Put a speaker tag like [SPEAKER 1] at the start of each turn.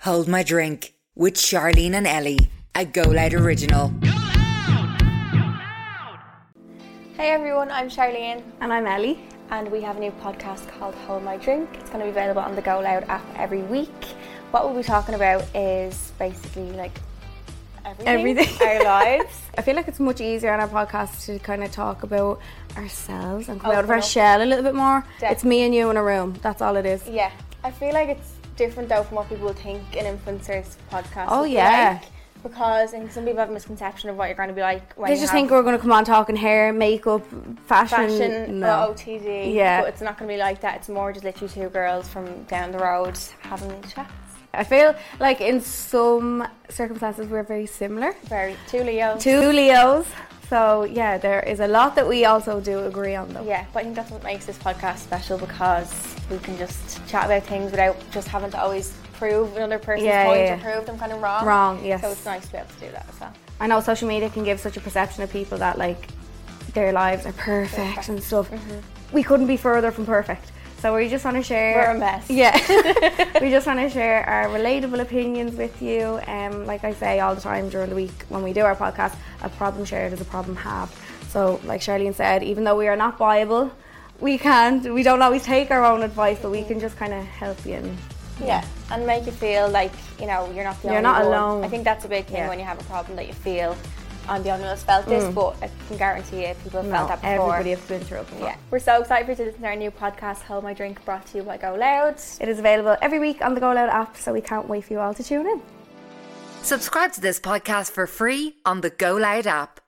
[SPEAKER 1] Hold My Drink with Charlene and Ellie, a Go Loud original.
[SPEAKER 2] Hey everyone, I'm Charlene,
[SPEAKER 3] And I'm Ellie.
[SPEAKER 2] and we have a new podcast called Hold My Drink. It's going to be available on the Go Loud app every week. What we'll be talking about is basically like everything,
[SPEAKER 3] Everything.
[SPEAKER 2] our lives.
[SPEAKER 3] I feel like it's much easier on our podcast to kind of talk about ourselves and come out of
[SPEAKER 2] Open
[SPEAKER 3] our
[SPEAKER 2] up.
[SPEAKER 3] shell a little bit more. It's
[SPEAKER 2] Definitely.
[SPEAKER 3] me and you in a room. That's all it is.
[SPEAKER 2] Yeah, I feel like it's different though from what people would think an influencer's podcast.
[SPEAKER 3] Oh,
[SPEAKER 2] would be
[SPEAKER 3] yeah.
[SPEAKER 2] like, because I think some people have a misconception of what you're going to be like. When
[SPEAKER 3] They
[SPEAKER 2] you
[SPEAKER 3] just
[SPEAKER 2] have
[SPEAKER 3] think we're going to come on talking hair, makeup, fashion.
[SPEAKER 2] fashion
[SPEAKER 3] no.
[SPEAKER 2] or OTD.
[SPEAKER 3] Yeah.
[SPEAKER 2] but it's not going to be like that. It's more just literally two girls from down the road having chats.
[SPEAKER 3] I feel like in some circumstances we're very similar.
[SPEAKER 2] Very two Leos.
[SPEAKER 3] Two Leos. So yeah, there is a lot that we also do agree on though.
[SPEAKER 2] Yeah, but I think that's what makes this podcast special because we can just chat about things without just having to always prove another person's
[SPEAKER 3] Yeah,
[SPEAKER 2] point
[SPEAKER 3] yeah,
[SPEAKER 2] or
[SPEAKER 3] yeah.
[SPEAKER 2] prove them kind of wrong.
[SPEAKER 3] Wrong, yes.
[SPEAKER 2] So it's nice to be able to do that as well.
[SPEAKER 3] I know social media can give such a perception of people that like their lives are perfect,
[SPEAKER 2] Perfect. Mm-hmm.
[SPEAKER 3] and stuff. We couldn't be further from perfect. So we just want to share.
[SPEAKER 2] We're a mess.
[SPEAKER 3] Yeah. we just want to share our relatable opinions with you. Um, like I say all the time during the week when we do our podcast, a problem shared is a problem halved. So like Charlene said, even though we are not viable, we can't. We don't always take our own advice, but we can just kind of help you. And
[SPEAKER 2] Yeah, and make you feel like you know you're not the
[SPEAKER 3] You're
[SPEAKER 2] only
[SPEAKER 3] not
[SPEAKER 2] one.
[SPEAKER 3] alone.
[SPEAKER 2] I think that's a big thing
[SPEAKER 3] Yeah. Mm.
[SPEAKER 2] when you have a problem that you feel I'm the only one who's felt this, but I can guarantee you people have felt that before.
[SPEAKER 3] everybody has been through it. Before.
[SPEAKER 2] yeah, we're so excited for you to listen to our new podcast, Hold My Drink, brought to you by Go Loud.
[SPEAKER 3] It is available every week on the Go Loud app, so we can't wait for you all to tune in.
[SPEAKER 1] Subscribe to this podcast for free on the Go Loud app.